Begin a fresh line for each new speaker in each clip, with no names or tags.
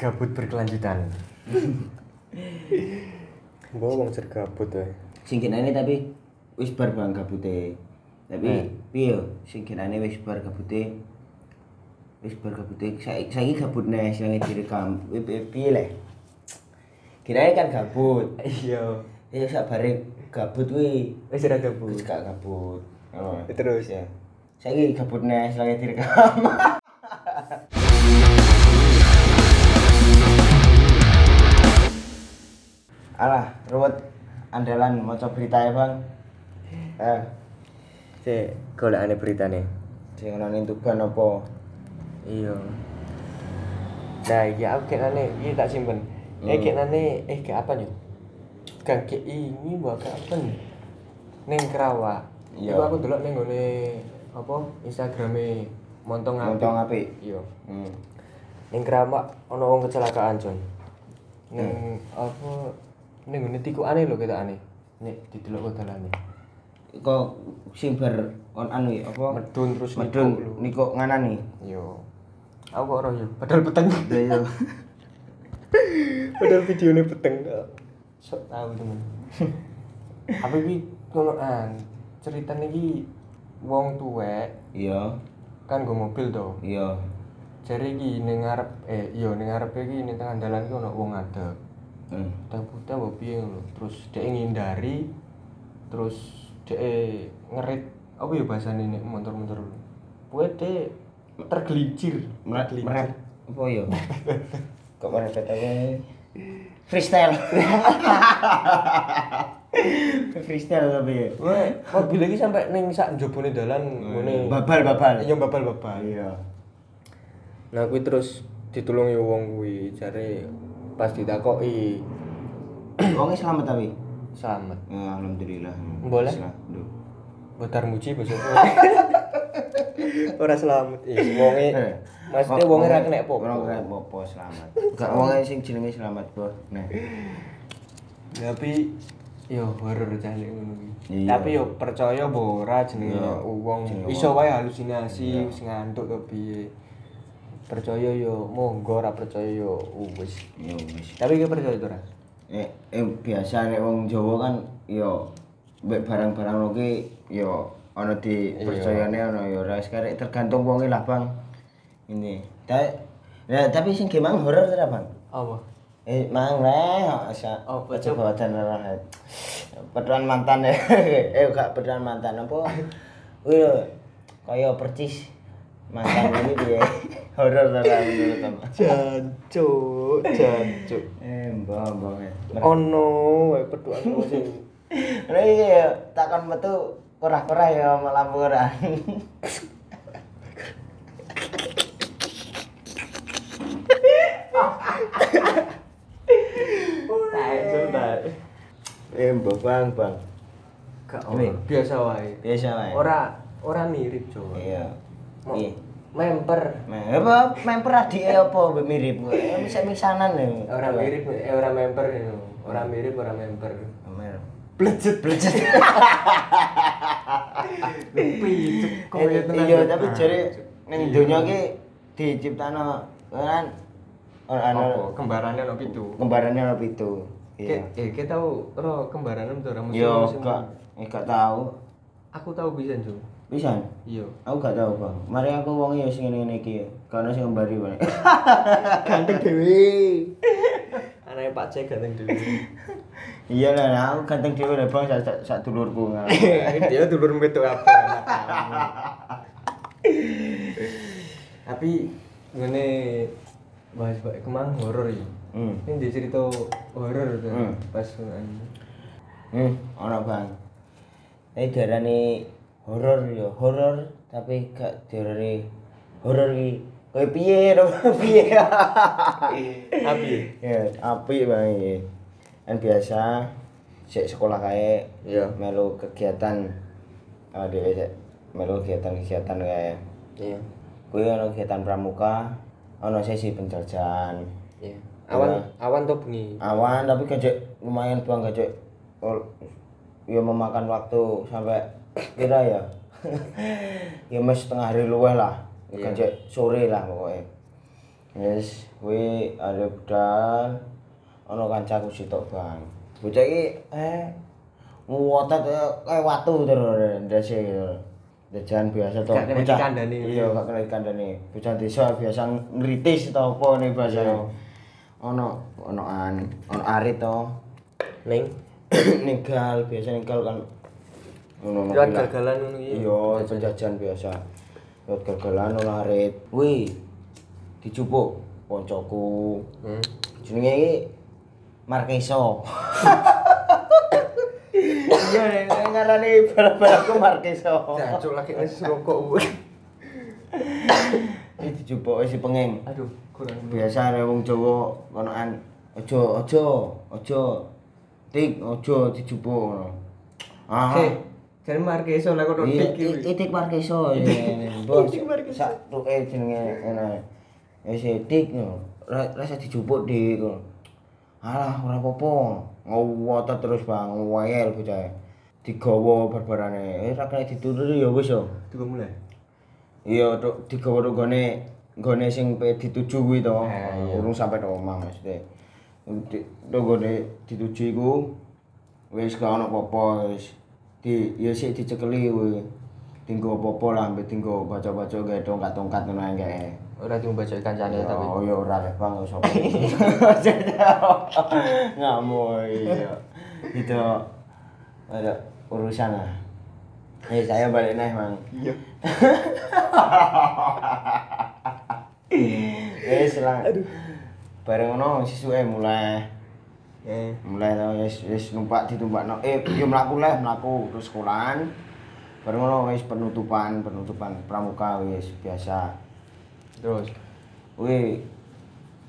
Gabut berkelanjutan. Bohong ser gabut
eh.
ya.
singkinane tapi wis bar bang gabute tapi piye singkinane wis bar gabute wis bar gabute saiki saiki gabut nih sing direkam Wi- pi- piye le kirain kan gabut
Iya.
ya sabare gabut kuwi
Wis ora gabut.
wis gak gabut ngono
Terus?
ya saiki gabut nih sing direkam alah ruwet andalan maca berita ya bang eh
Cek golekane beritane.
sing ana ning Tuban apa
Iya. Nah, ya aku kayak nane, ini tak simpen. Eh
Hmm.
kayak nane, eh kayak apa nih? Kan kayak ini buat kayak apa nih? Neng Kerawak.
Iya.
Iku aku dulu neng gone apa Instagramnya Montong Api.
montong apik
Iya.
hmm.
Neng Kerawak ono wong kecelakaan, Jon. Neng apa neng ngene tikukane lho ketokane. Nek didelok kodalane.
kok sing bar on anu ya apa
Medun terus nikuk lho.
medun niko nganan nih
Iya. Aku kok ora yo, padahal peteng.
iya
Padahal videonya peteng Sok tahu temen. Apa iki ngono an? Ceritane iki wong tuwek
iya
kan nggo mobil to.
iya
Jare iki ning ngarep eh iya ning ngarep iki ning tengah dalan iki ono wong ngadeg.
hmm.
Buta-buta mbok piye ngono. Terus dhek ngindari terus dhek ngerit apa ya bahasane nek motor-motor. Kuwe dhek tergelincir,
meret meret apa ya kok meret apa freestyle freestyle tapi ya
Wah, mobil iki sampai ning sak njobone dalan ngene.
Oh, babal babal
Iya babal-babal.
iya
Nah, kuwi terus ditulungi wong kuwi jare pas ditakoki
wongnya selamat tapi
selamat.
Eh, alhamdulillah
Boleh.
Selamat. Duh.
Botar muji basa Ora selamat. Iya, wonge
Eh,
maksudnya wonge ra kena apa.
Ora kena popo selamat. Gak wong sing jenenge selamat, Bro. Nah.
Tapi yo horor jane ngono kuwi.
Iya.
Tapi yo percaya apa ora jenenge wong iso wae halusinasi wis ngantuk to piye. Percaya yo monggo ora percaya yo wis.
Yo wis.
Tapi iki percaya to ora?
Eh, eh, biasa nek wong Jawa kan yo mbek barang-barang loke yo ana di percayane ana yo ora sekarek tergantung wonge lah, Bang. Ini. Ta nah, tapi sing gemang horor ta, Bang?
Apa?
Eh, mang leh, asa.
Oh,
coba dan rahat. Pedoan mantan ya. eh, gak pedoan mantan apa? Wih, lho, kaya percis mantan ini piye? Horor ta lah menurut kamu?
Jancuk, jancuk.
Eh, mbah, mbah. eh.
ono wae peduan wong sing
Lha iya takon metu kurah-kurah ya malam kurah. Eh, mbah, Bang, Bang.
gak ono biasa wae
Biasa wae.
ora ora mirip coba
ya? Iya. Iya.
memper
Meh, apa memper adike E apa mbek mirip kowe? Eh, Misa-misanan ya.
ora mirip eh, ora memper ya. ora mirip ora memper
Mer.
blejet blejet pijet
Eh, Iya, tapi
Ah,
jare ning donya ki diciptano kan ora ana
apa kembarane ono pitu
kembarane ora pitu. Iya.
Ke- eh kita tahu ro kembarane itu ora musim
Yo,
musim.
gak eh, gak tahu.
aku tahu bisa Jo
Pisan.
iya
Aku gak tahu, Bang. Mari aku wong ya sing ngene iki ya. Karena sing mbari wae.
ganteng dewi anaknya Pak C ganteng dewi
Iya lah, nah, aku ganteng dhewe lah, Bang, sak sak- sak dulurku. nah.
dia dulur metu apa tapi ngene bahas bahas kemang horor ya
Hmm.
ini dia cerita horor tuh
Hmm.
pas ngono.
Hmm, ana bang. Ini diarani horor ya, horor tapi gak diarani horor iki. Kowe piye, Rom? piye?
tapi
Ya, apik bang iki. Kan biasa sik sekolah kae
Iya.
melu kegiatan ah dhewe sik melu kegiatan-kegiatan kae.
iya
Kowe ana kegiatan pramuka, ana sesi pencerjaan.
iya awan awan tuh bengi
Awan tapi gajek lumayan bang gajek Ol- ya memakan waktu sampai kira ya ya mas setengah hari luweh lah gajek sore lah pokoknya Yes, kuwi arep budal ana kancaku sitok, Bang. Bocah iki eh ngotot kaya watu terus ndase gitu. Dejan biasa to.
Gak kena
Bocah-
dikandani.
Iya, gak kena dikandani. Bocah desa biasa ngritis to apa ne bahasane. Ono ono an, ono arit to.
Ning
ninggal, biasa ninggal kan. Ono
lewat galgalan ngono iki.
Iya, penjajahan biasa. Lewat gagalan ora arit. Wih. Dicupuk koncoku.
Hmm.
Jenenge iki Markeso. Iya, ngarane barang-barangku Markeso.
Jancuk lagi wis rokok kuwi.
Iki dicupuk si pengen.
Aduh, kurang.
Biasa ada wong Jawa konokan aja aja aja tik aja dicupuk ngono. Ah.
Heh, jan marke iso lek kok tik
Iya, i-
iki.
itik markeso. iya, iya. Bos,
Itik markeso.
sak tuke jenenge ngono. Wis itik yo. Ra- Rasa dijupuk dik. ngono. Alah, ora apa-apa. Ngowotot terus Bang, wayel bocah. Digawa barbarane. Eh ra kena dituturi ya wis yo.
Duwe mulai.
Iya, tok digawa tok gone gone sing pe dituju kuwi to. Urung sampe tok omah mesti. Tok gone dituju iku wis gak ono apa-apa wis. Di ya sik dicekeli kuwi. Tinggo apa-apa lah ambek tinggo baca-baca gawe tongkat-tongkat ngono ae gae.
Ora diumbajo kancane tapi.
Oh ya ora lek Bang sapa. Ngamuk iya. Itu ada urusan lah. Eh saya balik naik, Mang.
Iya.
Wis lah. Bareng ngono sisuke mulai
Eh,
mulai tau wis wis numpak ditumpakno eh yo mlaku lah mlaku terus sekolahan. Bareng ngono wis penutupan penutupan pramuka wis biasa.
terus.
Kuwi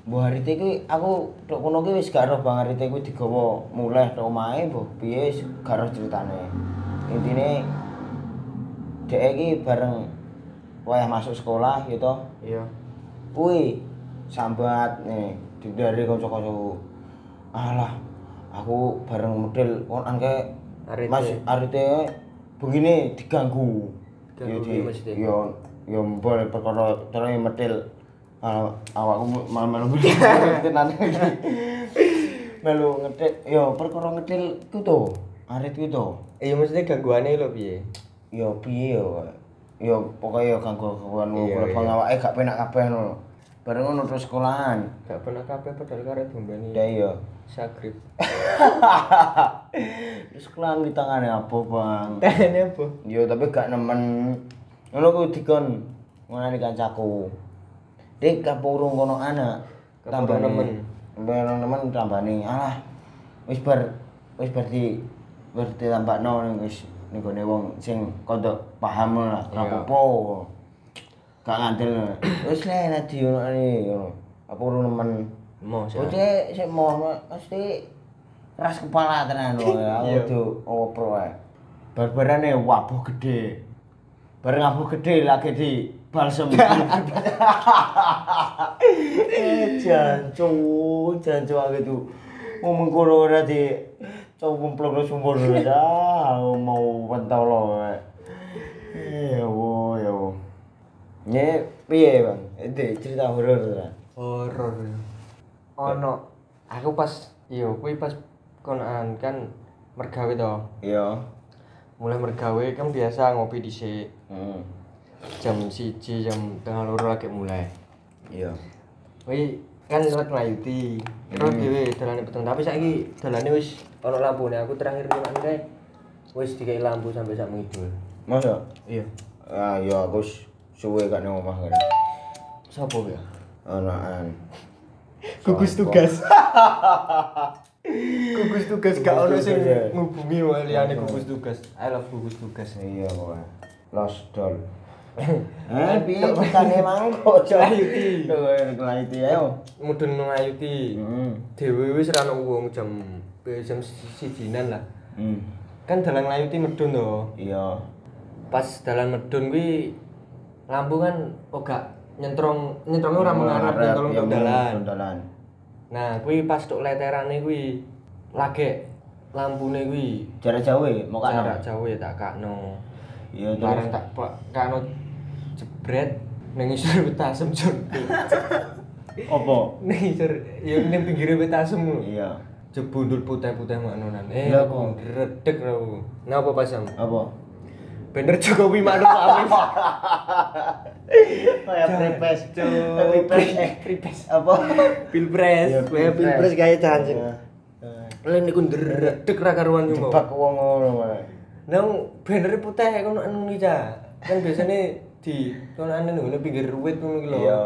Mbah Arite kuwi aku tok kono kuwi wis gak roh Bang Arite kuwi digawa mulai tok omahe mbah piye wis gak roh ceritane. Intine dhek iki bareng wayah masuk sekolah gitu.
Iya.
Wih, sambat nih dari kanca-kancaku. Alah, aku bareng model konan kayak
Arite.
Mas Arite begini diganggu.
Ganggu
Yo, di-
maksudnya?
Yo yo mbol perkara terus medel Aw- Ah, awakku malu-malu tenan iki. Melu ngedel yo perkara ngedel ku to. Arit ku to.
Iya maksudnya gangguane lho piye?
yo piye yo yo pokoke yo kanggo kawan
Iya,
kulo
iya.
awake gak penak kabeh ngono bareng ngono terus sekolahan
Gak pernah kabeh padahal karep dombani
ya yo
sagrip.
terus sekolahan di tangane apa bang
Tane apa?
yo tapi gak nemen ngono ku dikon ngono kancaku dek kapurung kono anak
Kapurung nemen.
bareng nemen tambane alah wis bar wis berarti berarti tambakno ning wis ning gone wong sing kodok paham lah gak
Iya.
apa-apa gak ngandel wis lah enak diunokne ngono apa urung nemen
Mau sih.
Oke, sik mau mesti keras kepala tenan lho. Aku
Iya.
tuh opro ae. Barbarane wabuh gede. Bareng wabuh gede lagi di balsem. eh jancu, jancu aku itu. Ngomong kono ora di cowok kumplok lo sumber lo dah mau pentol lo eh wo ya wo ini piye bang itu cerita horor tenan
horor ono aku pas yo kuwi pas konaan kan mergawe to
iya
mulai mergawe kan biasa ngopi dhisik
Hmm.
jam siji jam tengah loro lagi mulai
Iya.
kuwi kan lewat Melayuti terus dhewe dalane peteng tapi saiki dalane wis ono lampune aku terakhir nyemak kae wis dikai lampu sampai sak mengidul
Masa?
iya
Ah, iya aku s- suwe gak nang omah kan.
sapa ya
Anaan.
gugus tugas gugus tugas gak ono sing
tugas, ya.
ngubungi wae liyane gugus tugas I love gugus tugas ya.
Iya kowe. Lost doll. Eh, piye ceritane mang kok
Kelayuti.
Kowe kelayuti ayo.
Oh. mudun nang Ayuti.
Hmm.
Dewe wis ra ono wong jam eh, jam sijinan lah.
Hmm.
Kan dalan Ayuti medun to.
Iya.
Pas dalan medun kuwi lampu kan ora nyentrong nyentrongnya ora mengarep nyentrong
ya,
ke dalan.
Dalan.
Nah, kuwi pas tok leterane kuwi lagek lampune kuwi
Jarak jauh ya, mau kan?
jarak jauh ya tak kakno.
Iya,
Bareng
terus.
tak pak kakno jebret ning isor tasem jonte.
Opo?
Nih, sur, yang ning pinggire wit asem lho.
Iya.
Jebundul putih-putih makno nan. Eh,
Lha apa?
redek lho. Napa pasam?
Apa?
Bener Jokowi makno Pak Amin.
Kayak prepes.
Cuk.
Prepes eh prepes apa?
Pilpres,
Ya,
kaya pilpres gawe tahan sih.
Iya.
Lha niku ndredeg ra karuan yo.
Jebak wong ngono malah.
Nang bener putih kono anu iki ta. Kan biasane di konane ngono pinggir ruwet ngono iki lho.
Iya.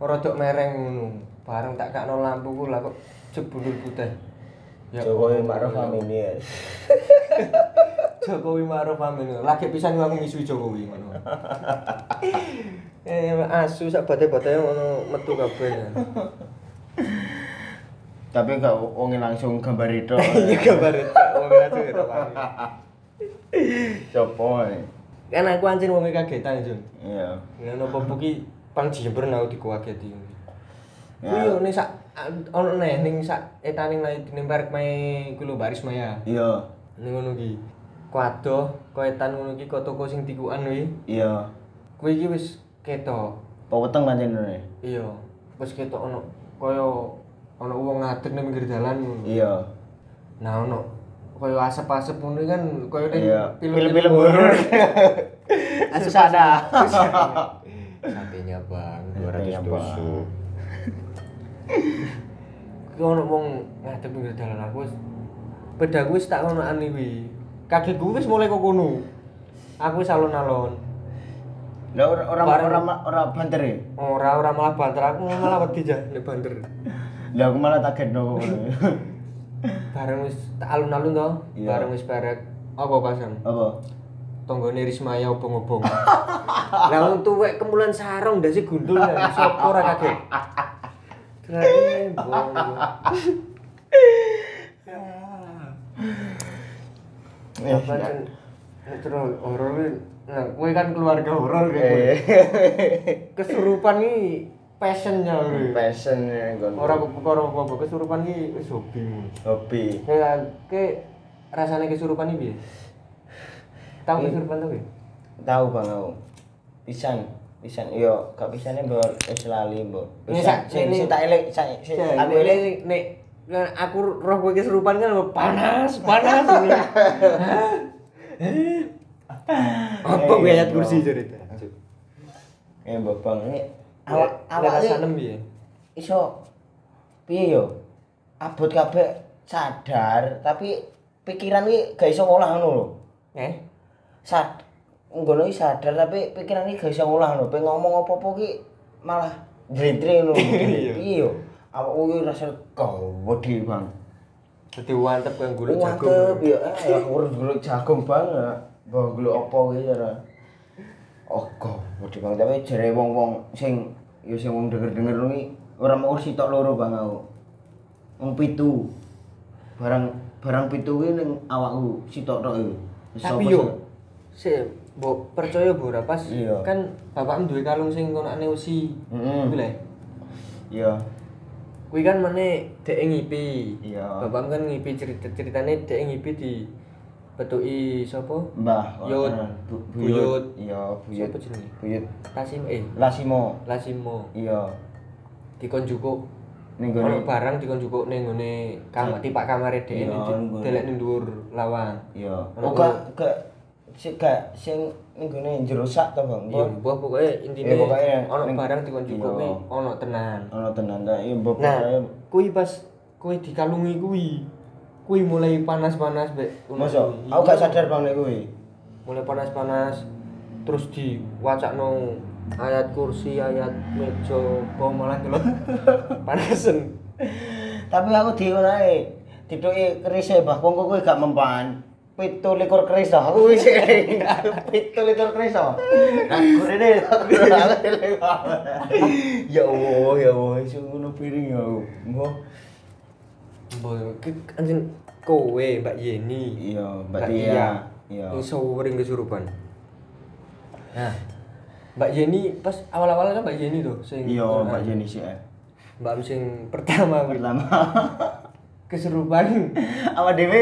Rodok mereng ngono. Bareng tak kakno lampu ku lah kok jebulul putih. Ya,
Jokowi
Allah.
Maruf Amin ya.
Jokowi Maruf Amin. Lagi pisan aku ngisui Jokowi ngono. Eh asu sak bate-bate ngono metu kabeh.
Tapi gak wong langsung gambar itu.
Iya gambar tak wong asu ya, tak wani.
Sopo? eh?
Kan aku anjen wong kagetan, Jun.
Iya.
Ngono apa buki pang jember aku dikuageti.
Ya.
Kuwi yo ning sak an- ono neh ning sak etaning nang ning park mae kuwi lho baris maya.
Iya.
Ning ngono iki. Kuado, koetan ngono iki kok toko sing tikukan kuwi.
Iya.
Kuwi iki wis ketok.
Paweteng pancen ngene.
Iya, wis ketok ono kaya ono wong ngadeg nang pinggir dalan ngono.
Iya.
Nah ono kaya asap-asep ngono kan kaya ning
Iya.
film-film
Film-film
horor.
horor. Susana.
Satenya Bang
Satenya,
200
Bang.
tusuk. Ki ono wong ngadeg pinggir dalan aku wis pedaku wis tak ono aniwi. Kagetku wis mulai kok kono. Aku wis alon-alon.
Lah ora ora
Bareng.
ora ma- ora banter ya?
Ora ora malah banter aku malah wedi jah nek banter.
Lah aku malah kaget dong.
Bareng wis tak alun-alun to,
Iya.
bareng wis barek apa pasang?
Apa?
Tonggone Rismaya obong-obong. Lah wong tuwek kemulan sarung ndase gundul ya sapa ora kaget. Keren bong.
Eh,
Apa Cen? Nek terus horor kuwi, nah kowe kan keluarga horor
iya.
kowe.
Eh,
Kesurupan iki passionnya kowe.
Passion ya, nggon.
Ora kok perkara apa-apa, kesurupan iki wis hobimu.
hobi.
Kayak ke rasanya kesurupan ini piye? Tahu kesurupan tuh ya?
Tahu Bang aku. Pisan, pisan yo, gak pisane mbok wis lali mbok.
Ini
Wis
sak-
sing
ini-
sing tak elek sak sing
Aku
aku
ini
elek.
nek nek aku roh gue kesurupan kan panas panas. Apa gue ayat kursi cerita?
Eh mbok Bang ini awak
Awak
awak
awak sanem piye?
iso piye yo? Abot kabeh sadar tapi pikiran iki gak iso ngolah ngono lho.
Eh?
sad ngono iki sadar tapi pikiran iki gak iso ngolah lho pe ngomong apa-apa ki malah jrentre lho
Iya.
piye yo awak kuwi rasa wedi bang
Dadi wantep kan gulung
mantep
jagung.
yo eh urus golek jagung bang ya. mbok golek apa ki cara oh wedi bang tapi jere wong-wong sing yo sing wong denger-denger kuwi ora mau sitok loro bang aku wong pitu barang barang pitu kuwi ning awakku sitok tok iki Wis
Tapi
apa
yo si
sih?
mbok percaya bu rapas
Iya.
kan bapak duwe kalung sing konane usi.
Mm-mm.
Kuwi lho.
iya
Kuwi kan meneh dhek ngipi.
Iya.
Bapak kan ngipi cerita ceritane dhek ngipi di petuki sapa?
Mbah,
Yud.
eh, Bu-
Buyut.
buyut, iya buyut,
Siapa jenenge?
buyut,
Tasim eh
Lasimo,
Lasimo
iya,
dikon jukuk.
ning
Ono
gone,
barang dikon jukuk ning ngene kamar tipak kamare dhek
Iya, nggon.
delek ning dhuwur lawang.
iya,
Ono
oh gak, gak, si gak, sing ning gone jero sak to bang,
Iya, mbah pokoke intine
Iya, pokoknya
ono
Eh, ning-
barang dikon jukuk
Iya.
kuwi ono tenan.
ono tenan ta, iya mbok
Nah,
pokoknya,
kuwi pas kuwi dikalungi kuwi. Kuwi mulai panas-panas mbek ngono
masa,
kuwi.
aku gak sadar bang nek kuwi,
mulai panas-panas terus diwacakno ayat kursi ayat meja apa malah delok panesen
tapi aku dhewe ae, e, dituke kerise mbah kongko kuwi gak mempan, pitu likur keris to, aku wis pitu likur keris to, nah kurene aku ya Allah, ya Allah, iso ngono piring ya, mbah,
Mbok iki anjen kowe Mbak Yeni.
Iya, Mbak Tia. Iya.
Iya. Iso sering kesurupan. Nah, Mbak Yeni pas awal-awal kan Mbak Yeni tuh sing
Iya, Mbak
Nah,
Jenny sih. eh.
Mbak Am sing pertama kuwi.
Pertama.
kesurupan.
Awak dhewe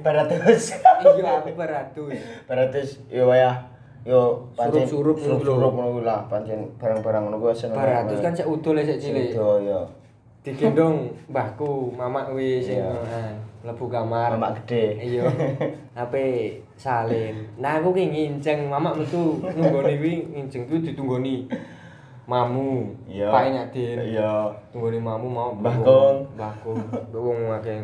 200.
iya, aku beratus.
Baratus ya wayah yo
Surup-surup ngono
surup-surup ngono kuwi lah pancen barang-barang ngono kuwi seneng.
Baratus kan cek udul sik cilik.
Sedo yo.
Digendong mbahku, mamak kuwi sing
Iya.
nah, mlebu kamar.
Mamak gede.
Iya. HP salin. Nah aku ki nginceng, mamak metu nunggoni kuwi nginceng kuwi ditunggoni mamu.
Iya.
Pak Nyadin.
Iya.
Tunggoni mamu mau
Mbah Kong.
Mbah Kong. Mbah Kong akeh.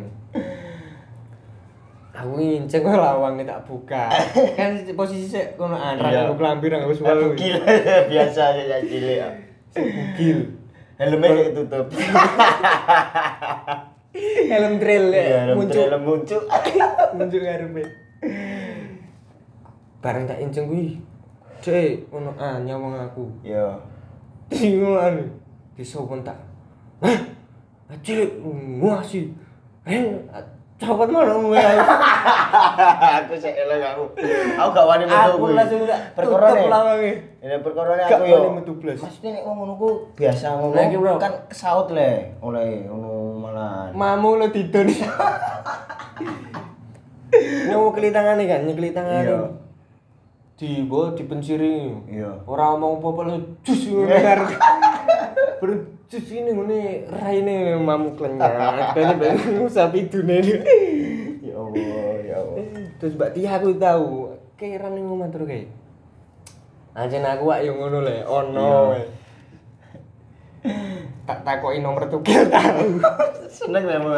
Aku nginceng kok lawangnya tak buka. kan posisi sik kono
Iya.
anrak aku klambi nang wis
Aku
walu.
gila biasa aja cilik.
Bugil.
Helmnya ditutup.
Helm trail ya,
Iya,
muncul
helm muncul.
muncul ngarepe. Bareng tak inceng kuwi. Dek, ono anya wong aku.
Yo.
Bingungan. Disowan tak. Hah? Acik, wah sih. Eh, copot mana mulai.
aku sik eleng aku. Aku gak wani metu
Aku
kuwi.
langsung tak
Perkara
tutup
nih.
lawange.
Ya perkara nih
Gak
aku yo.
boleh metu blas.
Maksudnya nek wong ngono ku biasa ngono
Nah, iki, bro.
kan kesaut le oleh ngono malahan.
Mamu lo didon. Nyawa keli tangane kan, nyekeli tangane.
Iya.
Di bawah dipenciri.
Iya.
Ora omong apa-apa lu jus ngene karo. Baru jus ini ngene raine mamu klenyat. Ben-ben sapi dune.
Ya Allah, ya Allah.
Terus Mbak Tia aku tahu, kairan ning omah terus kae. Anjen aku wak yo ngono le, ono.
Iya.
Tak takoki nomor tukil tahu.
Seneng lah mau.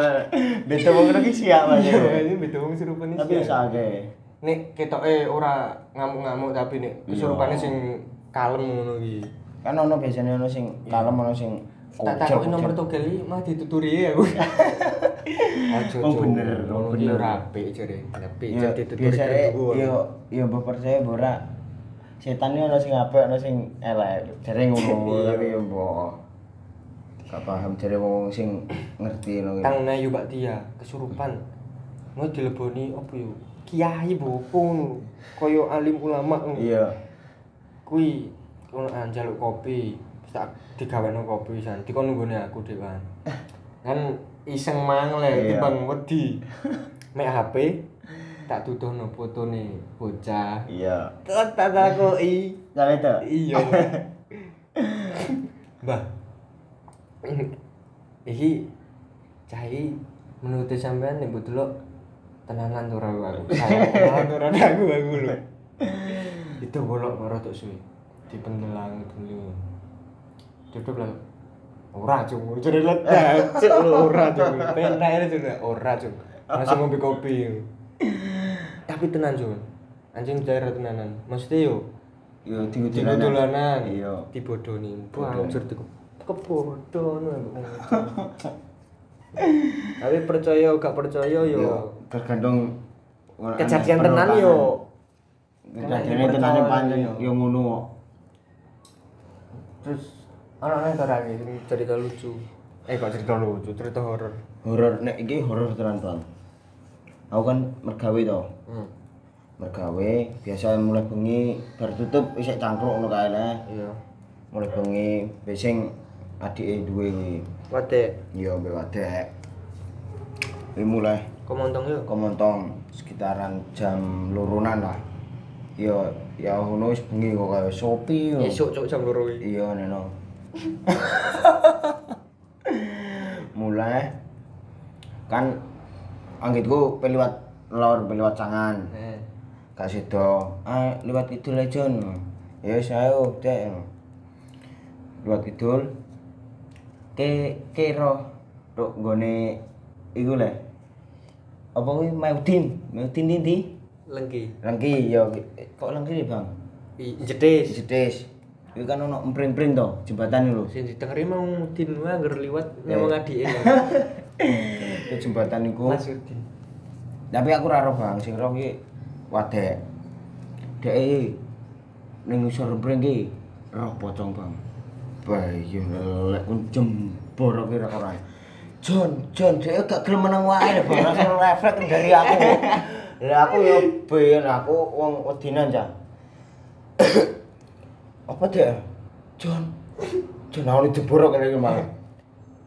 Beda wong ngono ki siap Mas.
Iya, ini beda wong surupane.
Tapi usah ge.
nek ketoke ora ngamuk-ngamuk tapi nek kesurupane sing kalem ngono iki.
Kan ono biasanya ono sing kalem ono sing
Tak takoki nomor togel iki mah dituturi aku. Aja
Oh, bener, oh,
ngono iki
bener.
ora apik jare. Tapi
Ya,
jadi dituturi
biasanya
kayak gitu.
yo yo mbok percaya mbok ora. Setan ini ono sing apik ono sing elek. Jare ngono tapi yo mbok. Gak paham jare wong sing ngerti ngono. ki.
Tang nayu Mbak Tia kesurupan.
Hmm.
Mau dileboni opo yo? Kiai bopo ngono. Kaya alim ulama ngono.
Iya.
Kuwi ono an jaluk ah, kopi. Terus tak digawekno kopi san. Dikon nunggone aku dewan. Kan iseng mang le
Iya.
timbang wedi. Mek HP tak tuduhno fotone bocah.
Iya.
Terus tak takoki.
Sampe to.
Iya. Mbah. Iki cai menurut sampean nek mbok delok tenanan to ora aku. Tenanan ora aku aku lho. Itu bolok karo tok suwi. Dipendelang dulu. Tutup lah. Ora cung, jare ledak, cuk lho ora cung. Penak itu ora cung. Langsung ngombe kopi. Tapi tenan cung. Anjing daerah tenanan. Maksudnya yo,
Yo
Tiku dolanan.
Iya.
Dibodoni. Wah, anjir tiku. Kebodohan aku. Tapi percaya gak percaya yo.
tergantung ngono-
Kejadian
aneh
tenan yo.
Kejadian tenan pancen
Iya.
yo ngono kok.
Terus ana nang ora cerita lucu. Eh kok cerita lucu, cerita horor.
horor nek iki horor tenan bang aku kan mergawe to
Hmm.
mergawe biasa mulai bengi bar tutup isek cangkruk ngono kae lah
Iya.
mulai bengi besing adike duwe kuwi
Wate,
iya mbek wadek kuwi mulai
kok montong yo?
komontong sekitaran jam lurunan lah iya ya ngono wis bengi kok kae sopi yo
Esuk cuk jam 2 iki.
iya neno mulai kan anggitku peliwat lor peliwat cangan
Eh.
gak sedo ah liwat kidul aja no. ya wis ayo dek liwat kidul ke kero tok gone iku le apa kuwi Maudin Maudin ndi
Lengki.
Lengki ya kok lengki Bang
I- Jedis.
Jedes Iku kan ono empring-empring to jembatan lho
Sing ditengeri mau Udin wae ngger liwat nyawang adike.
Itu jembatan iku.
Mas Udin.
Tapi aku ora roh Bang, sing roh ki wadek. Deke ning ngisor empring ki roh pocong, Bang. Wah, iya lek kun jembor ki ra ora. Jon, Jon, dhewe gak gelem meneng wae, Bang. Langsung refleks dari aku. Lah aku yo ben aku wong wedinan, Cak. Apa dek? Jon. Jon aku jebor kene iki malah.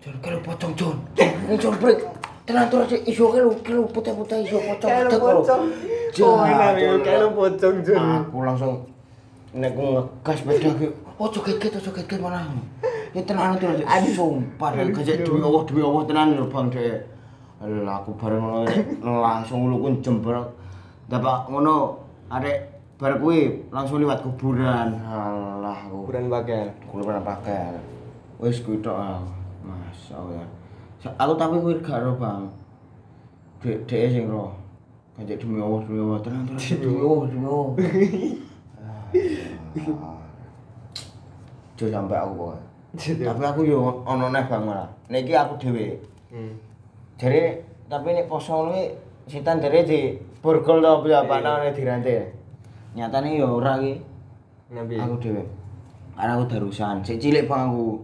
Jon kalau pocong Jon. Ini Jon break. Tenan terus iso kelu kelu putih-putih iso pocong.
Kalau
cedek, lho.
pocong.
Jon,
Oh, enak,
Jon,
kalau pocong, Jon.
Aku langsung nek ku ngegas beda ki. "Oh, Ojo geget, ojo geget malah. Ya tenan atuh aduh sumpah nek gajek demi Allah demi Allah tenan lho Bang Dek. Alah aku bareng ngono langsung ulukku jembrek. Dapak ngono arek bar kuwi langsung liwat kuburan. Alah aku.
Ukuran bakal.
Kulo pernah pakai. Wis kuwi tok ah. Mas ya. Sa- Aku tapi kuwi gak ro, Bang. Dek dek sing ro. Kanjek demi Allah demi Allah tenang tenang demi Allah demi Allah. Jo sampe aku kok. Tapi aku yo ono neh Bang malah. Niki aku dhewe.
Hmm.
Jadi tapi nek poso ngono ki setan jare di burgol to apa ana dirante. Nyatane yo ora ki.
Nabi.
aku dhewe karena aku darusan sik cilik bang aku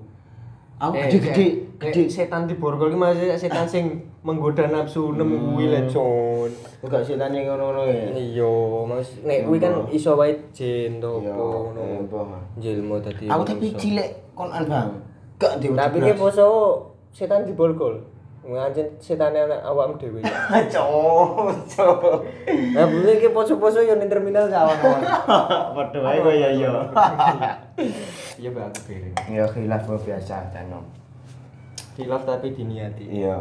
aku gede-gede gede
setan di borgol iki masih setan sing menggoda nafsu nem kuwi le, Jon.
enggak setan yang ngono-ngono ya
Iya, mas nek kuwi kan iso wae jin to
Iya,
apa ngono.
empong.
Jilmu tadi.
aku tapi cilik konan bang gak dewe
Tapi ki poso setan di borgol. Ngajen setane anak awakmu dhewe.
cocok
Nah, bunyi ki poso-poso yo ning terminal kawan-kawan.
padha wae kok ya ya
Iya, Mbak, aku piring.
ya khilaf kok biasa canom
Khilaf tapi diniati.
iya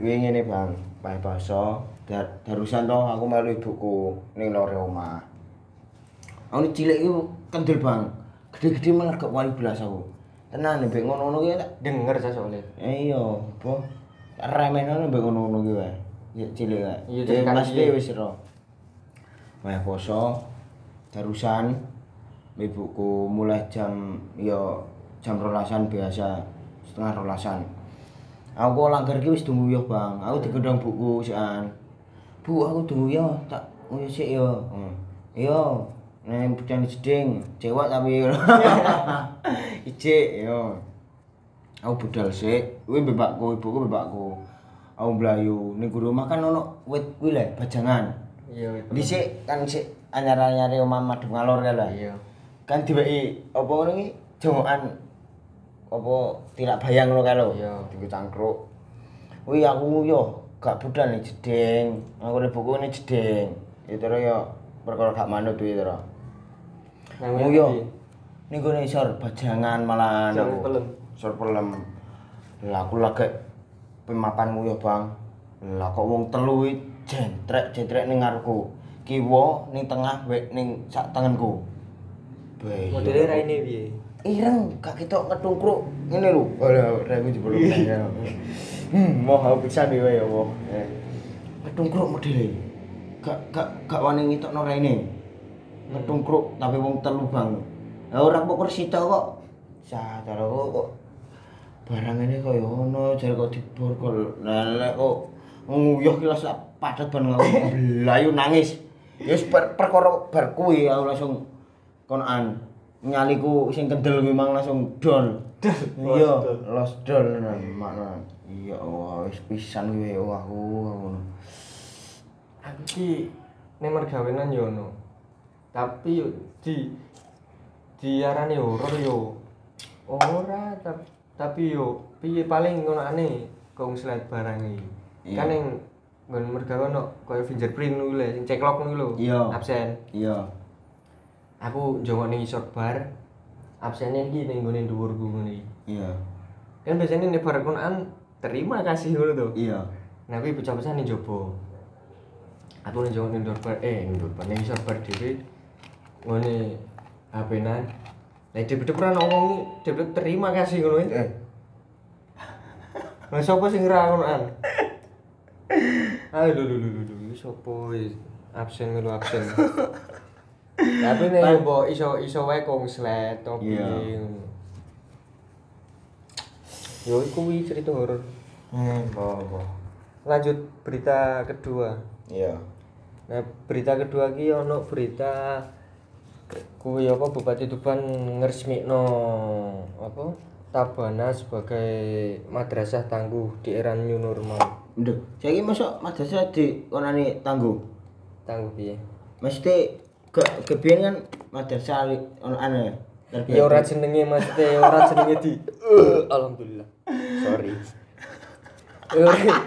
kuwi ngene bang pas poso dar- darusan toh aku melu ibuku ning lore omah aku ini cilik iku kendel bang gede-gede malah gak wali belas aku tenan mbek ngono-ngono ki tak
Denger sa soalnya.
Eh iya, apa? Remene mbek ngono-ngono ki wae. Ya cilik wae.
Iya,
Ya
cilik kan
Mas
iya.
ki wis ro. Wah, poso terusan ibuku mulai jam ya jam rolasan biasa setengah rolasan aku kok langgar ki wis tunggu yo bang aku digendong buku sean bu aku tunggu yo tak ngoyo sik yo Hmm. yo nek bujang jeding cewek tapi ijik yo aku budal sik kuwi bebakku ibuku bebakku aku mlayu ning guru rumah kan ono wit kuwi lho bajangan
Iya,
dhisik kan sik anyar-anyare omah madhep ngalor kae lho
Iya.
kan diweki apa ngono iki jongokan apa tidak bayang ngono kae lho
Iya.
diku cangkruk kuwi aku yo gak budal nih jeding aku le buku nih jeding itu yo perkara gak manut kuwi to
Nang
Oh iya. Ning gone isor bajangan malahan.
Isor
aku.
pelem.
Isor pelem. Lah aku lagi pemapanmu ya, Bang. Lah kok wong telu iki jentrek-jentrek ning ngarepku. Kiwa ning tengah wek ning sak tanganku. Beh.
modele raine piye?
ireng gak ketok ketungkruk ngene lho ala rek iki jebul hmm mau hau pisan iki wae ya Allah Eh, ketungkruk modele gak gak gak wani ngitokno rene ketungkruk tapi wong telu bang lah ora kok kursi tok kok sah cara kok kok barang ini kok ya ono jare kok dibor kok lelek kok nguyuh ki langsung padet ban aku blayu nangis ya wis per, perkara bar kuwi aku langsung konan nyaliku sing kendel memang langsung dol iya los dol nah, makna iya wah wis pisan kuwi wah aku ngono
Aku ki nek mergawenan yo ono. Tapi yo di diarani horor yo. Ora tapi, tapi yo piye paling ngono ane kong slide barang iki.
Iya.
Kan yang nggon mergawe ono koyo fingerprint ngono lho, sing ceklok ngono lho.
Iya.
Absen.
iya
Aku jongo ning isor bar. Absennya iki ning nggone dhuwur ngono iki.
iya
Kan biasanya nek bar konan terima kasih ngono to.
iya
Nah, kuwi bocah-bocah ning jopo. Aku ning jopo ning dorper, eh ning dorper ning server dhewe ngene HP-nan. Lah dhewe ora ngomong dhewe terima kasih ngono ya.
eh
Lah sapa sing ora ngonoan? Ayo lho lho lho lho lho sapa ya? absen melu absen. Tapi nek mbok iso iso wae kongslet to
Iya.
piye. ngono. Yo iku kuwi cerita horor.
hmm apa
Lanjut berita kedua.
iya
Nah, berita kedua iki ono berita kuwi apa Bupati Tuban ngresmikno apa Tabana sebagai madrasah tangguh di era new normal.
Nduk, saiki masuk madrasah di onane tangguh.
Tangguh piye?
Mesti ke kebiyen kan madrasah li- onane
Ya
terbiasa.
ora jenenge maksudnya ya ora jenenge di alhamdulillah. Sorry. Ya ora-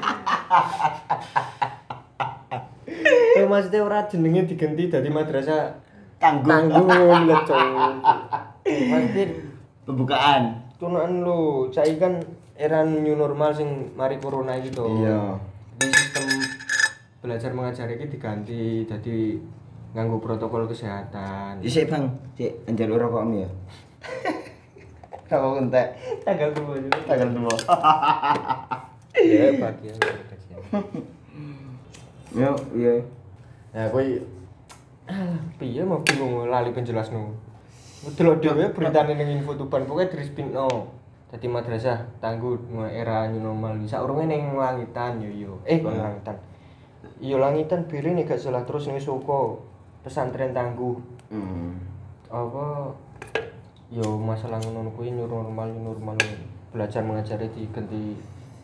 Ya maksudnya ora jenenge diganti dari madrasah
tanggung
tanggung lah cowok pasti
pembukaan
tunaan lu saya kan era new normal sing mari corona iki to
Iya.
Jadi sistem belajar mengajar ini diganti jadi nganggo protokol kesehatan
Isik bang, cek anjal rokok ya. Rokok entek.
tanggal dua juga
Tanggal dua.
ya bagian produksi.
Yo, iya.
nah kui alah piye mau bingung lali penjelas nu Betul dhewe beritane ning info Tuban pokoke dirispinno. Dadi madrasah tangguh mulai era new normal iki. Saurunge ning langitan yo yo. Eh kok langitan. Yo langitan biri nih gak salah terus ning Soko. Pesantren tangguh.
Hmm.
Apa yo masalah ngono kuwi new normal new normal. Belajar mengajar diganti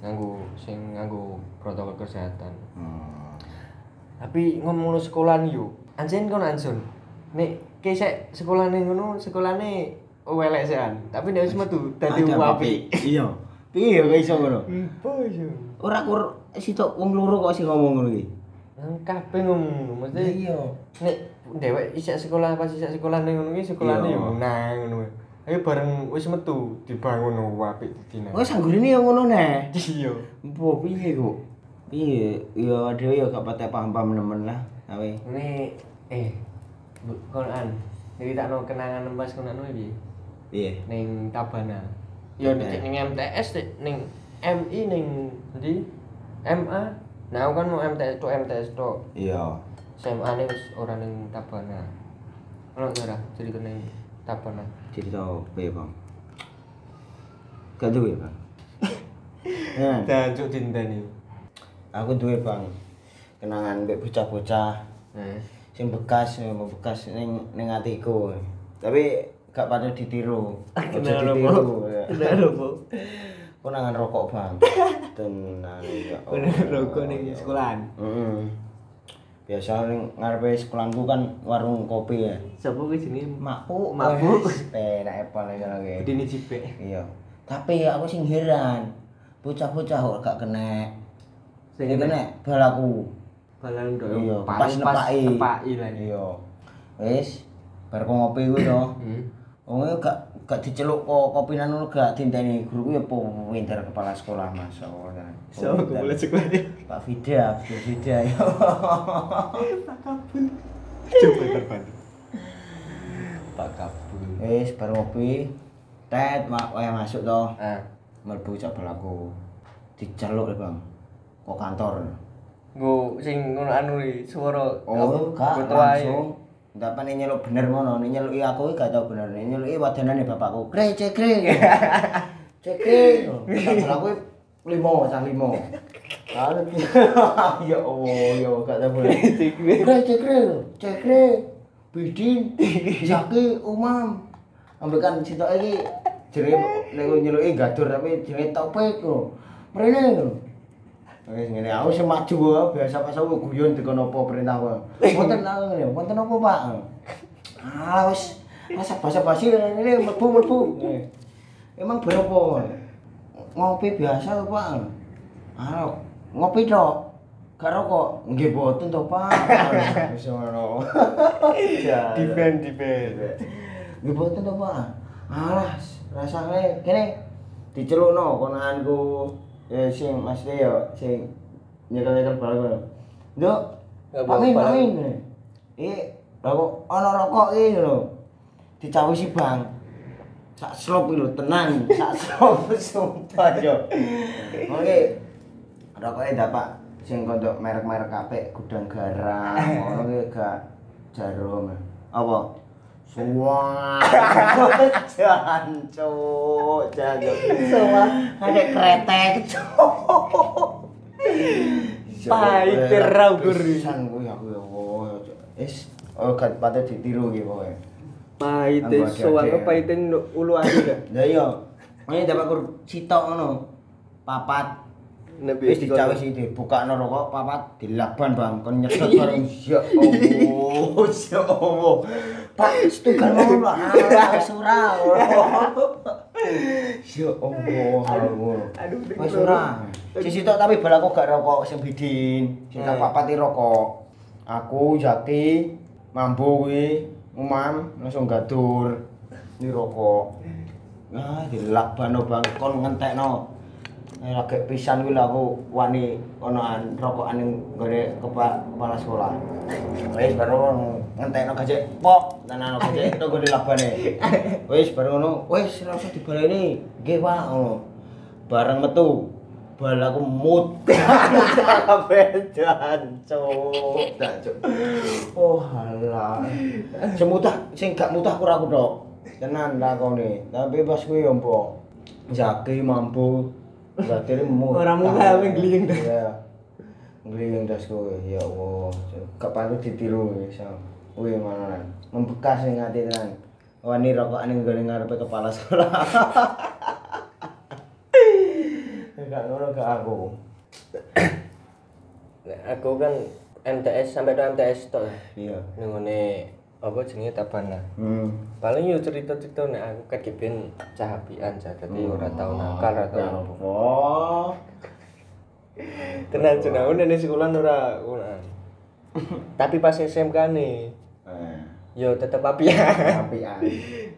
nganggo sing nganggo protokol kesehatan.
Hmm.
tapi ngomong lo sekolahan yo anjen kon anjen nek ke sek sekolahane ngono sekolahane welek sean tapi nek wis metu dadi
Ada
wapi
apa? Iya. Piye kok iso ngono?
empo yo
Ora kur sitok wong loro kok sing ngomong ngono iki.
nang kabeh ngomong mesti nek dhewek isek sekolah pas isek sekolahane ngono ki sekolahane
Iya.
yo menang ngono kuwi. ayo bareng wis metu dibangun wapi didina
Oh sanggurine yo ngono neh.
iya
Mpo piye kok? Piye? Yo dhewe yo gak patek paham-paham nemen lah. Awe.
ini eh bu- konan nyeritakno kenangan lembas konan kuwi piye
Piye?
ning Tabana. Ya
Oke.
nek ning MTS cek ning MI ning ndi? MA. Nah, aku kan mau MTS tok MTS tok.
Iya.
SMA ne wis ora ning Tabana. Ono ora cerita ning Tabana.
Cerita piye, Bang? Gak duwe, Bang. Nah.
Danjuk dinteni.
aku duwe bang kenangan mbek bocah-bocah
Heeh.
sing bekas sing bekas ning ning atiku tapi gak patut ditiru Ojo
Kenal opo?
kenangan rokok bang tenan ya
Bener
Allah.
rokok ning sekolahan.
Mm-mm. biasa ning ngarepe sekolahanku kan warung kopi ya
Sopo kuwi jenenge?
makku
Mabuk.
penak e epal ya lagi
Bedine jipek.
iya tapi aku sing heran bocah-bocah kok gak kena
Sing
sing kena balaku
Balan tok.
iya
Pas pas tepaki lah.
iya wis bar ku ngopi ku yo
Hmm.
wong e gak gak diceluk kok kopi nang ngono gak dinteni guru ku ya po- pinter kepala sekolah Mas Allah tenan.
Sopo
Pinter.
kepala sekolah?
Pak Fida, Pak Fida yo
Coba terbalik.
Pak Kabul wis bar ngopi tet mak wah masuk to
Ah.
mlebu cak belaku diceluk ya Bang kok kantor
Nggo sing ngono anu iki swara Gua
oh gak
tau ae.
langsung Enggak apa nih nyeluk bener mono, nih nyeluk iya aku gak tau bener, nih nyeluk iya wadanannya bapakku Kre, cek kre Cek kre Kalau aku limo, cah limo Lalu Ya Allah, ya Allah, gak tau bener
Cek kre.
Kre, cek kre, cek kre Bidin, Zaki, Umam Ambil kan situ lagi Jadi, nih nyeluk iya gadur tapi jadi topik loh Mereka Wis ngene aku sing maju wae biasa pas aku guyon dikon apa perintah wae. Wonten aku ngene, wonten apa Pak? Ah wis masa basa-basi ngene mlebu-mlebu. Emang berapa? Ngopi biasa Pak. Ah ngopi tok. Gak rokok. Nggih boten to Pak. Wis ngono.
Defend, defend.
Nggih boten to Pak. Alah rasane kene dicelukno konaanku eh sing mesti ya sing nyekel-nyekel bal kowe. Nduk.
Nggak bawa
Amin
bal.
amin. Eh, rokok ana rokok iki lho. Dicawisi Bang. Sak slop iki lho tenan, sak slop sumpah yo. Oke. Rokoke dapak sing kondok merek-merek apik gudang garam, ngono ki gak jarum. Apa? Suwah. Jancuk, jancuk. Suwah. Ada kretek, cuk.
Pahit terau, Gur.
Pisan kuwi aku ya Allah, cuk. Is oh gak patut ditiru ki pokoke.
Pahite
Ambo ade-ade.
sowan pahite nduk ulu aku dah.
Lah iya. Ini dapat kur sitok ngono. Papat
Nek kan.
Wis dicawis iki dibukakno rokok papat dilaban Bang kon nyedot bareng ya Allah ya Allah. Pak setugal mau lho ah surah. Ya Allah.
aduh,
Wis surah. Si sitok tapi bal aku gak rokok sing bidin. Sing tak
Eh.
papat iki rokok. Aku Jati mambu kuwi umam langsung gadur ini rokok nah dilakbano bang kon ngentekno Eh, lagi pisan kuwi lho aku wani onoan rokokan ning gone kepala, kepala sekolah wis baru ngono, ngentekno gajek pok tenan gajek itu gone labane wis baru ngono wis ora usah dibaleni nggih Pak ngono bareng metu bal aku mut kabeh jancuk jancuk oh halah semutah sing gak mutah kurang aku tok tenan lakone tapi pas kuwi yo mbok jaki mampu Berarti mu.
Ora muka, tapi ngliyeng das.
Iya. Ngliyeng das kowe. Ya Allah. Gak patut ditiru wis. Kuwi manan. Membekas ning ati tenan. Wani rokokan ning gone ngarepe kepala sekolah. Enggak ngono gak aku.
Nek aku kan MTS sampai ke MTS tok.
Iya.
Nengone apa jenenge tabana.
Hmm.
Paling yo cerita-cerita nek aku kan kegeben cahapian ja dadi ora tau nakal ora tau apa.
Oh.
Tenan jenenge nene sekolah ora ora. Tapi pas SMK nih
Eh,
yo tetep apian.
Apik ah.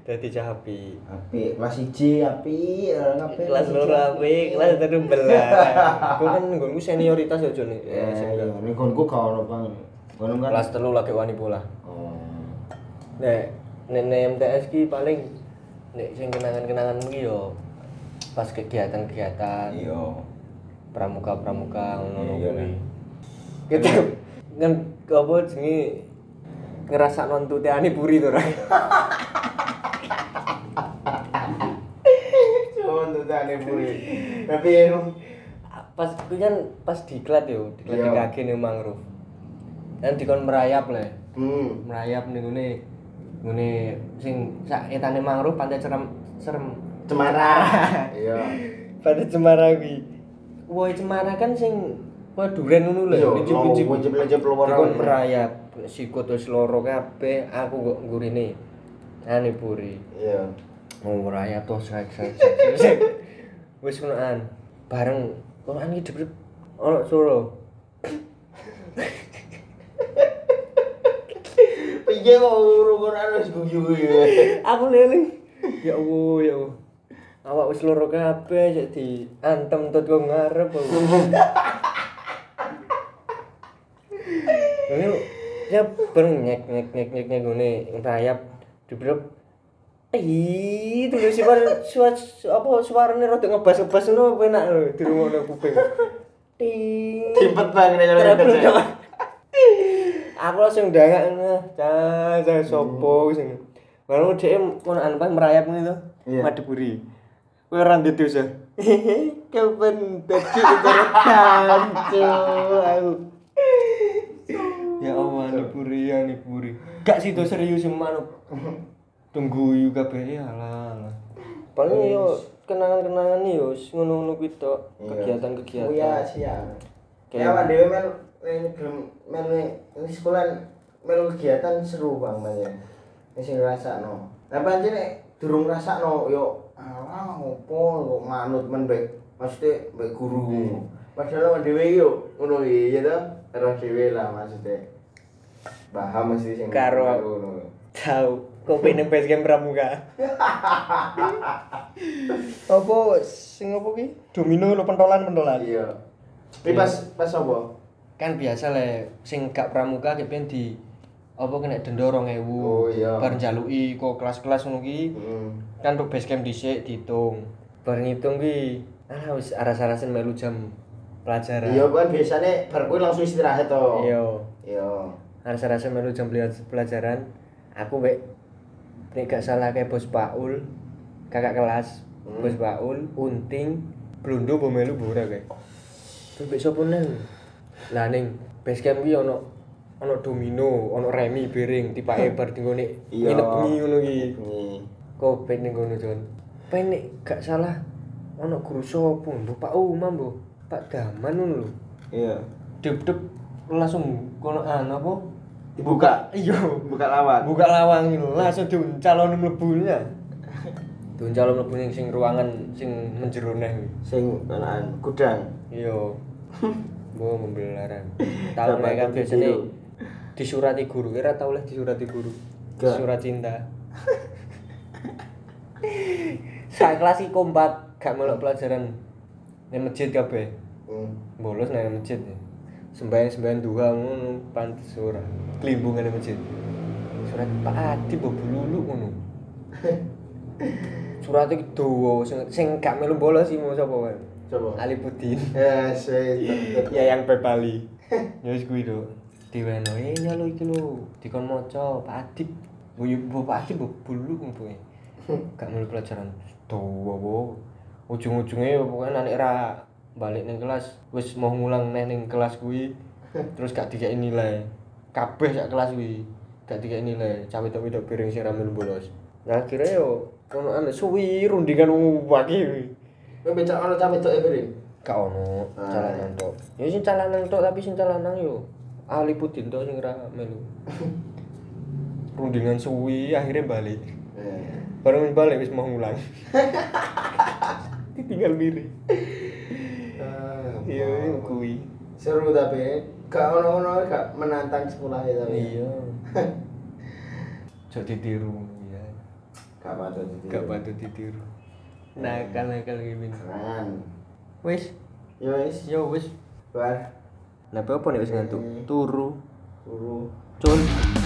Dadi cahapi.
Apik kelas 1 apik, eh, apik
kelas loro apik, kelas telu belas. Aku kan nggonku senioritas eh, yo jone.
Ya, iya. Ning konku gak ono bang. Kono kan
Kelas telu lagi wani bola.
Oh.
Nek nenek MTS ki paling nek sing kenangan-kenangan ki yo pas kegiatan-kegiatan
Iya.
pramuka-pramuka ngono kuwi.
Iya, Nek.
Gitu. Ngen apa jenenge ngerasa nontuteane puri to ra.
Cuman tuh aneh puri. Tapi anu
Pas kuwi kan pas diklat yo, diklat
Iya.
di kaki ning mangrove. Kan dikon merayap le.
hmm.
Merayap ning ngene ngene sing sak etane mangrove pantai cerem serem.
Cemara. Iya.
pada cemara kuwi. Woi cemara kan sing wah duren ngono
Iya,
lho,
kunci
kunci-kunci.
kunci belanja pelopor
Dikon merayap, sikut wis loro kabeh, aku kok ngurine. Ane puri.
Iya.
Mau merayap terus sek sek sek, sek, sek. Wis ngonoan. Bareng Quran iki diberi ono soro.
Piye kok urung ora wis guyu ya.
Aku lele. Ya Allah, ya Allah. Awak wis loro kabeh sik diantem tut kok ngarep. aku. Lalu ya bareng nyek nyek nyek nyek nyek ngene rayap dibrep. Ih, terus suara suara apa suarane rada ngebas-ngebas ngono apa enak lho dirungokno kuping. Ting.
Timpet bang nek ora
Treble doang. Aku langsung ndangak ngono. Cah, cah sopo sing. Baru dhek ono anu pas merayap ngene to.
Iya.
Madep buri. Kowe ora ndek dosa. Kapan dadi ibarat aku. Ya Allah, nipuri ya nipuri. Gak sido serius manuk. Tunggu yu kabeh ya lah. Paling yo kenangan-kenangan yo ngono-ngono kuwi tok, kegiatan-kegiatan.
Iya, siap.
Oke.
Ya Pak Dewi mel mel- gelem- mel ini sekolah melu kegiatan seru Bang banyak. Ini sing ngrasakno. Lah pancen nek durung ngrasakno yo ala ngopo kok manut men bae. Maksudnya bae
Hmm.
guru. Padahal Pak Dewi yo ngono iki ya to. Terus dhewe lah maksudnya. Paham mesti sing
Karo-
ngono.
Tahu, kopi nang basecamp pramuka. apa sing apa ki? Domino lo pentolan-pentolan.
Iya. Tapi pas pas apa?
Kan biasa le sing gak pramuka ki pengen di apa kena denda 2000.
Oh, iya.
Bar njaluki kok kelas-kelas ngono ki.
Hmm.
Kan tuh basecamp dhisik diitung. Bar ngitung ki ah wis aras-arasen melu jam pelajaran.
Iya kan biasanya bar kuwi langsung istirahat to.
Iya.
Iya.
Aras-arasen melu jam pelaj- pelajaran. Aku wek nek gak salah kayak bos Paul, kakak kelas,
Hmm.
bos Paul, Unting, Blundo bomelu bora kayak. Terus besok pun neng. Lah ning basecamp ki ono ono domino, ono remi bering tipake bar dinggone
Iya.
nginep bengi ngono ki.
Ini.
Kopet ning ngono Jon. Pen nek gak salah ono guru sapa, Mbok Pak Umam, Mbok Pak Daman ngono lho.
Iya.
Dep-dep langsung kono an apa?
Dibuka.
Iya.
Buka lawan.
buka lawang itu langsung diuncalon mlebunya diuncalon mlebu ning sing ruangan sing menjero neh kuwi.
Sing kanan gudang.
iya gua membelaran tahu
Dapat
mereka
ditiru.
biasanya disurati guru kira tau lah disurati guru Gak. Surat cinta. Sak kelas iki kompak gak melok pelajaran. Nang masjid kabeh. Bolos nang masjid. ya. Sembahyang-sembahyang duha ngono pantes ora. Klimbungan nang masjid. Surat Pak Adi bobulu ngono. Surat iki dawa sing sing gak melu bolos sih mau sapa wae.
Coba.
Ali Putih.
Ya, saya
ya yang berbali ya wis kuwi lho diweno eh nyalo iki lho dikon maca Pak Adip Bu Bu Pak Adip Bu bulu kumpuke gak melu pelajaran tuwa wo ujung-ujunge ya pokoknya nek ra balik ning kelas wis mau ngulang neh ning kelas kuwi terus gak dikeki nilai kabeh sak kelas kuwi gak dikeki nilai cawe-cawe piring sing ra melu bolos nah akhirnya yo ono anu suwi rundingan wong waki kuwi
Kowe becak ono cah wedok e piring.
Gak ono
Ah.
calanan tok. Ya sing calanan tok tapi sing calanan yo ahli Putin tok sing ra melu. Rundingan suwi akhirnya balik.
Eh.
Baru wis balik wis mau ngulang. Ditinggal miri. Iya iya, kuwi.
Seru tapi gak ono-ono gak menantang sekolah ya tapi.
Iya. Jok ditiru ya.
Gak patut itu.
Gak patut ditiru. Nakal-nakal gini.
Keren.
Wis,
Yo wis,
yo wis.
bar
Lah apa nih wis ngantuk? Turu.
turu.
Cul.